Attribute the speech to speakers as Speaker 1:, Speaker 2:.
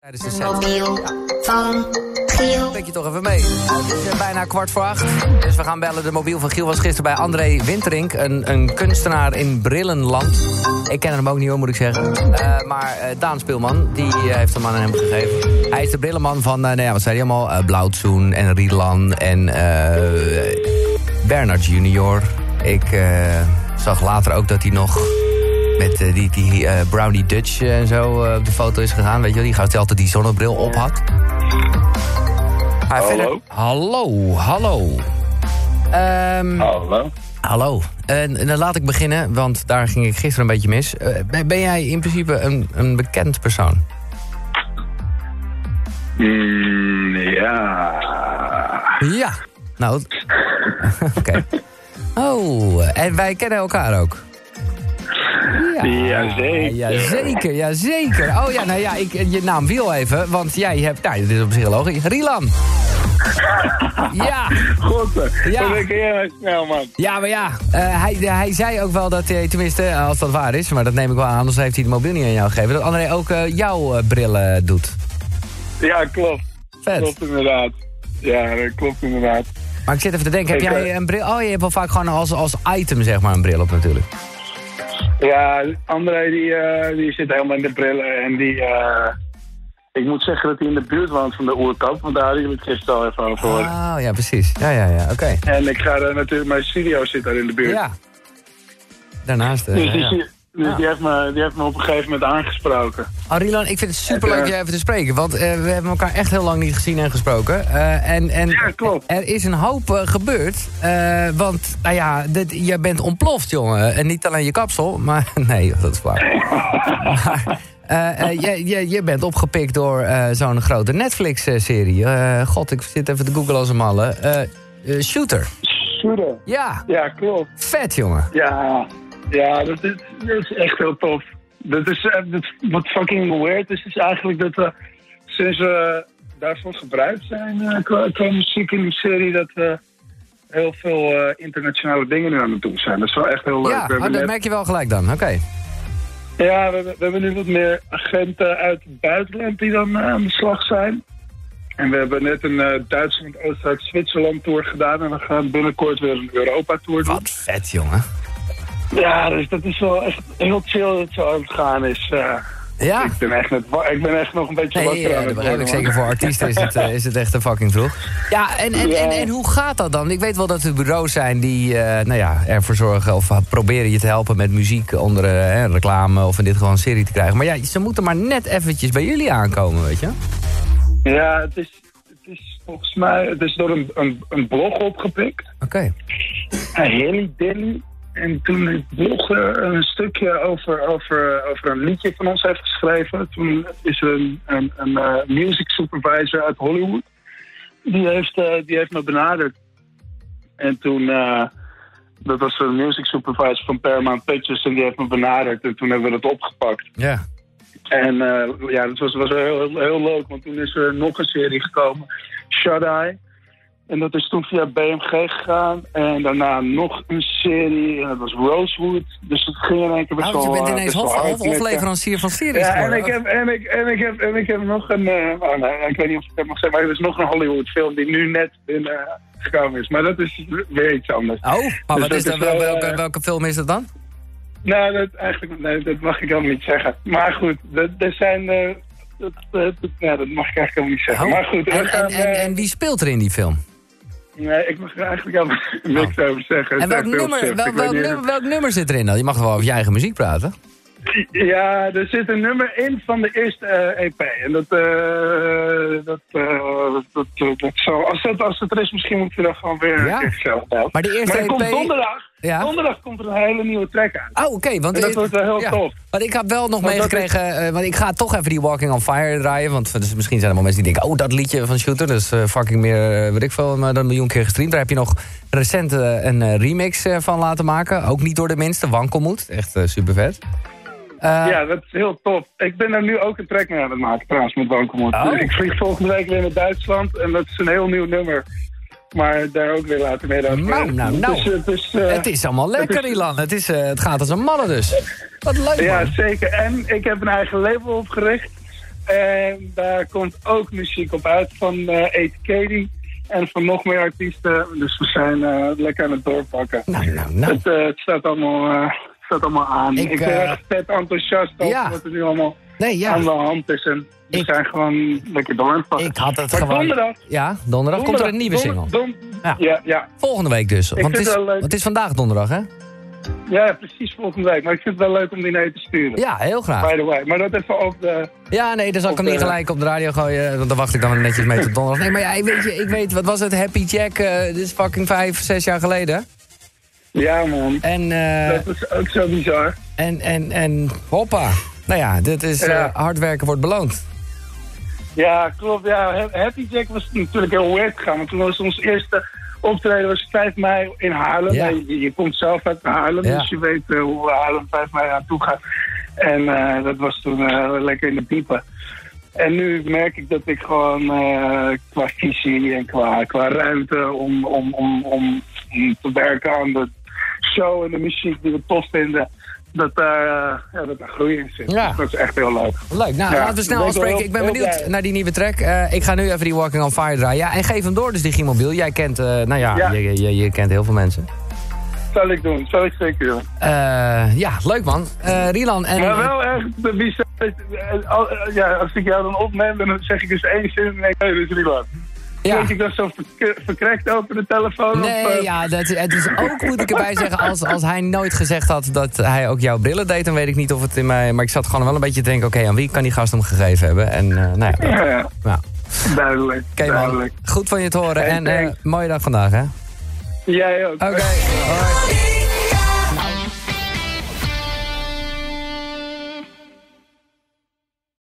Speaker 1: Tijdens de set. Pik je toch even mee. Het is eh, bijna kwart voor acht. Dus we gaan bellen. De mobiel van Giel was gisteren bij André Winterink. Een, een kunstenaar in Brillenland. Ik ken hem ook niet hoor, moet ik zeggen. Eh, maar eh, Daan Speelman, die eh, heeft hem aan hem gegeven. Hij is de brillenman van, eh, nou ja, wat zei hij allemaal? Eh, Blauwtsoen en Rieland en eh, Bernard Junior. Ik eh, zag later ook dat hij nog met eh, die, die eh, Brownie Dutch eh, en zo eh, op de foto is gegaan. Weet je wel, die gaat altijd die zonnebril op had. Maar
Speaker 2: Hallo?
Speaker 1: hallo, hallo. Ehm,
Speaker 2: Hallo.
Speaker 1: hallo. En, en dan laat ik beginnen, want daar ging ik gisteren een beetje mis. Eh, ben- ben jij in principe een, een bekend persoon?
Speaker 2: Mm, ja.
Speaker 1: Ja. Nou, oké. Oh, en wij kennen elkaar ook.
Speaker 2: Jazeker.
Speaker 1: Jazeker, jazeker. Oh ja, nou ja, ik, je naam viel even, want jij hebt... Nou, dit is op zich logisch. Rilan. Ja,
Speaker 2: God,
Speaker 1: Ja.
Speaker 2: ja. eh, dat ik heel snel, man.
Speaker 1: ja, maar ja. eh, hij, hij zei ook wel dat hij, tenminste, als dat waar is... maar dat neem ik wel aan, anders heeft hij het mobiel niet aan jou gegeven... dat André ook eh, jouw eh, brillen doet.
Speaker 2: Ja, klopt.
Speaker 1: Vet.
Speaker 2: Klopt inderdaad. Ja, dat klopt inderdaad.
Speaker 1: Maar ik zit even te denken, heb
Speaker 2: Ik,
Speaker 1: jij
Speaker 2: eh,
Speaker 1: een bril... Oh, je hebt wel vaak gewoon als, als item, zeg maar, een bril op natuurlijk.
Speaker 2: Ja, André die, eh, die zit helemaal in de brillen en die... eh, ik moet zeggen dat hij in de buurt woont van de oerkap, want daar hadden jullie het gisteren al even over.
Speaker 1: Oh, ja, precies. Ja, ja, ja, oké.
Speaker 2: En ik ga daar natuurlijk, mijn studio zit daar in de buurt.
Speaker 1: Ja. Daarnaast... eh,
Speaker 2: Dus, die,
Speaker 1: ja.
Speaker 2: zie- dus
Speaker 1: Ja.
Speaker 2: die, heeft me, die heeft me op een gegeven moment aangesproken.
Speaker 1: Arilan, Oh, ik vind het superleuk je even te spreken. Want eh, we hebben elkaar echt heel lang niet gezien en gesproken. Eh, en, en
Speaker 2: Ja, klopt.
Speaker 1: Er is een hoop eh, gebeurd. eh, want, nou ja, dit, jij bent ontploft, jongen. En niet alleen je kapsel, maar... Nee, dat is waar. maar, eh, eh, je, je, je bent opgepikt door eh, zo'n grote Netflix-serie. Eh, God, ik zit even te googlen als een malle. Eh, eh, shooter.
Speaker 2: Soede.
Speaker 1: Ja,
Speaker 2: Ja, klopt.
Speaker 1: vet, jongen.
Speaker 2: Ja, ja dat, is, dat is echt heel tof. Dat is, eh, dat- wat fucking weird is, is eigenlijk dat we sinds we daarvoor gebruikt zijn eh, qua, qua muziek in die serie, dat we heel veel eh, internationale dingen nu aan het doen zijn. Dat is wel echt heel leuk.
Speaker 1: Ja,
Speaker 2: we
Speaker 1: oh,
Speaker 2: hebben
Speaker 1: dat
Speaker 2: net-
Speaker 1: merk je wel gelijk dan. Oké.
Speaker 2: ja, we hebben, we hebben nu wat meer agenten uit het buitenland die dan eh, aan de slag zijn. En we hebben net een eh, Duitsland, Oostenrijk, Zwitserland tour gedaan. En we gaan binnenkort weer een Europa tour doen.
Speaker 1: Wat vet, jongen.
Speaker 2: Ja, dus dat is wel echt heel chill dat het zo aan het gaan is. eh.
Speaker 1: Ja.
Speaker 2: Ik ben echt, net, wa- ik ben echt nog een beetje
Speaker 1: Nee,
Speaker 2: wakker
Speaker 1: ja,
Speaker 2: aan
Speaker 1: dat
Speaker 2: het
Speaker 1: begrijp ik.
Speaker 2: worden,
Speaker 1: Zeker
Speaker 2: man.
Speaker 1: voor artiesten is het, eh, is het echt een fucking vroeg. Ja, en, en,
Speaker 2: Ja.
Speaker 1: en, en hoe gaat dat dan? Ik weet wel dat er bureaus zijn die eh, nou ja, ervoor zorgen of eh, proberen je te helpen met muziek onder eh, hè, reclame of in dit geval een serie te krijgen. Maar ja, ze moeten maar net eventjes bij jullie aankomen, weet je?
Speaker 2: Ja, het is, het is volgens mij het is door een, een, een blog opgepikt.
Speaker 1: Oké.
Speaker 2: Een Hilly Dilly. En toen het blog eh, een stukje over, over, over een liedje van ons heeft geschreven. Toen is er een, een, een eh, music supervisor uit Hollywood. Die heeft, eh, die heeft me benaderd. En toen, eh, dat was een music supervisor van Paramount Pictures. En die heeft me benaderd. En toen hebben we dat opgepakt.
Speaker 1: Ja.
Speaker 2: En eh, ja, dat was, was wel heel, heel, heel leuk, want toen is er nog een serie gekomen, Shut Eye. En dat is toen via BMG gegaan. En daarna nog een serie, en dat was Rosewood. Dus dat ging in één keer best
Speaker 1: Oh, je
Speaker 2: wel,
Speaker 1: bent
Speaker 2: eh,
Speaker 1: ineens
Speaker 2: best wel
Speaker 1: hof,
Speaker 2: hard
Speaker 1: hof,
Speaker 2: met, eh,
Speaker 1: hofleverancier van series
Speaker 2: Ja, en
Speaker 1: geworden.
Speaker 2: ik, heb, en, ik, en, ik heb, en ik heb nog een, eh, oh, nee, ik weet niet of ik dat mag zeggen, maar er is nog een Hollywood film die nu net binnen eh, gekomen is. Maar dat is weer iets anders.
Speaker 1: Oh, maar wat
Speaker 2: Dus dat
Speaker 1: is dat,
Speaker 2: is wel,
Speaker 1: welke,
Speaker 2: eh,
Speaker 1: welke film is dat dan?
Speaker 2: Nou, dat, eigenlijk, nee, dat mag ik helemaal niet zeggen. Maar goed, dat, dat zijn. eh, dat, dat, dat- ja, dat mag ik eigenlijk helemaal niet zeggen.
Speaker 1: Oh.
Speaker 2: Maar goed, we
Speaker 1: en,
Speaker 2: gaan,
Speaker 1: en, en,
Speaker 2: eh,
Speaker 1: en wie speelt er in die film?
Speaker 2: nee, ik mag er eigenlijk helemaal niks over zeggen.
Speaker 1: Oh. En welk
Speaker 2: Het is echt heel
Speaker 1: nummer,
Speaker 2: slecht.
Speaker 1: wel-
Speaker 2: Ik
Speaker 1: welk,
Speaker 2: weet niet
Speaker 1: nummer, welk nummer zit erin dan? Je mag wel over je eigen muziek praten.
Speaker 2: of- Ja, er zit een nummer in van de eerste eh, EP. En dat, eh, dat, eh, dat, dat, dat zal- Als dat, als dat er is, misschien moet je dat gewoon weer
Speaker 1: Ja.
Speaker 2: een keer zelf bellen.
Speaker 1: Maar de eerste
Speaker 2: er komt
Speaker 1: EP
Speaker 2: donderdag.
Speaker 1: Ja.
Speaker 2: Donderdag komt er een hele nieuwe track uit.
Speaker 1: Oh, oké. want
Speaker 2: En dat
Speaker 1: eh,
Speaker 2: wordt wel heel tof.
Speaker 1: Want ik heb wel nog
Speaker 2: Want dat
Speaker 1: meegekregen, eh, want ik ga toch even die Walking on Fire draaien. Want dus misschien zijn er wel mensen die denken, oh, dat liedje van Shooter, dat is eh, fucking meer, eh, weet ik veel, maar dan een miljoen keer gestreamd. Daar heb je nog recent eh, een eh, remix eh, van laten maken. Ook niet door de minste, Wankelmoed. Echt eh, super vet.
Speaker 2: Ja, dat is heel tof. Ik ben er nu ook een track mee aan het maken trouwens met Wankelmoed.
Speaker 1: Oh.
Speaker 2: Ik vlieg volgende week weer naar Duitsland en dat is een heel nieuw nummer. Maar daar ook weer later mee over.
Speaker 1: Nou, nou, nou.
Speaker 2: Dus, het is, eh,
Speaker 1: het is allemaal lekker, Ilan. Het, is, eh, het gaat als een mannen dus. Wat leuk,
Speaker 2: Ja,
Speaker 1: man.
Speaker 2: zeker. En ik heb een eigen label opgericht. En daar komt ook muziek op uit van eh Ate Katie. En van nog meer artiesten. Dus we zijn eh, lekker aan het doorpakken.
Speaker 1: Nou, nou, nou.
Speaker 2: Het, eh, het staat, allemaal, eh, het staat allemaal aan.
Speaker 1: Ik,
Speaker 2: Ik, ben
Speaker 1: eh,
Speaker 2: echt vet enthousiast over
Speaker 1: ja.
Speaker 2: wat er nu allemaal
Speaker 1: Nee, ja.
Speaker 2: aan de hand is. En we
Speaker 1: Ik-
Speaker 2: zijn gewoon lekker door aan het pakken.
Speaker 1: Ik had het
Speaker 2: Maar
Speaker 1: gewoon...
Speaker 2: donderdag,
Speaker 1: Ja, donderdag komt er een nieuwe
Speaker 2: donderdag,
Speaker 1: single.
Speaker 2: don-
Speaker 1: Ja.
Speaker 2: ja, ja.
Speaker 1: Volgende week dus. Want
Speaker 2: vind
Speaker 1: het, is,
Speaker 2: het wel leuk.
Speaker 1: want het is vandaag donderdag, hè?
Speaker 2: ja, precies volgende week. Maar ik vind het wel leuk om die naar je te sturen.
Speaker 1: Ja, heel graag.
Speaker 2: By the way. Maar dat even op de...
Speaker 1: Ja, nee, dan zal ik hem
Speaker 2: Op,
Speaker 1: niet
Speaker 2: eh,
Speaker 1: gelijk op de radio gooien. Want dan wacht ik dan netjes mee tot donderdag. Nee, maar ja, ik weet, je, ik weet wat was het? Happy Jack, eh, dit is fucking vijf, zes jaar geleden.
Speaker 2: Ja, man.
Speaker 1: En, eh,
Speaker 2: Dat is ook zo bizar.
Speaker 1: en, en, en hoppa. Nou ja, dit is eh,
Speaker 2: Ja.
Speaker 1: hard werken wordt beloond.
Speaker 2: Ja, klopt. Ja. Ha- Happy Jack was natuurlijk heel weird gegaan. Want toen was ons eerste optreden was 5 mei in Haarlem.
Speaker 1: Ja.
Speaker 2: Je, je komt zelf uit Haarlem,
Speaker 1: Ja.
Speaker 2: dus je weet eh, hoe Haarlem 5 mei aan toe gaat. En eh, dat was toen eh, lekker in de piepen. En nu merk ik dat ik gewoon eh, qua visie en qua, qua ruimte om, om, om, om te werken aan de show en de muziek die we tof vinden, dat daar, eh, ja, dat daar groei in zit.
Speaker 1: Ja.
Speaker 2: Dus dat is echt heel leuk.
Speaker 1: Leuk, nou
Speaker 2: Ja,
Speaker 1: laten we snel
Speaker 2: ben ik
Speaker 1: afspreken.
Speaker 2: wel
Speaker 1: Ik ben
Speaker 2: heel
Speaker 1: benieuwd
Speaker 2: blij.
Speaker 1: naar die nieuwe track. Eh, ik ga nu even die Walking on Fire draaien. Ja, en geef hem door, dus die Gimobiel. Jij kent, eh, nou ja,
Speaker 2: Ja.
Speaker 1: Je, je, je- je kent heel veel mensen.
Speaker 2: Zal ik doen, zal ik zeker doen.
Speaker 1: Eh, ja, leuk man. Eh, Rilan en...
Speaker 2: Maar wel echt bizar. eh, al- eh, Ja, als ik jou dan opneem, dan zeg ik dus één zin en denk ik, hey, dit is niet wat.
Speaker 1: ja.
Speaker 2: Denk ik dat zo verk- verkrekt over de telefoon? of,
Speaker 1: Nee,
Speaker 2: eh,
Speaker 1: ja, dat, het is ook, moet ik erbij zeggen, als, als hij nooit gezegd had dat hij ook jouw brillen deed, dan weet ik niet of het in mij... Maar ik zat gewoon wel een beetje te denken, oké, aan wie kan die gast hem gegeven hebben? En, eh, nou ja,
Speaker 2: ja, ja,
Speaker 1: nou.
Speaker 2: duidelijk.
Speaker 1: Oké man,
Speaker 2: duidelijk.
Speaker 1: goed van je te horen
Speaker 2: Hey,
Speaker 1: en eh,
Speaker 2: thanks.
Speaker 1: mooie dag vandaag, hè? Oké,
Speaker 2: Jij ook.
Speaker 1: hoi.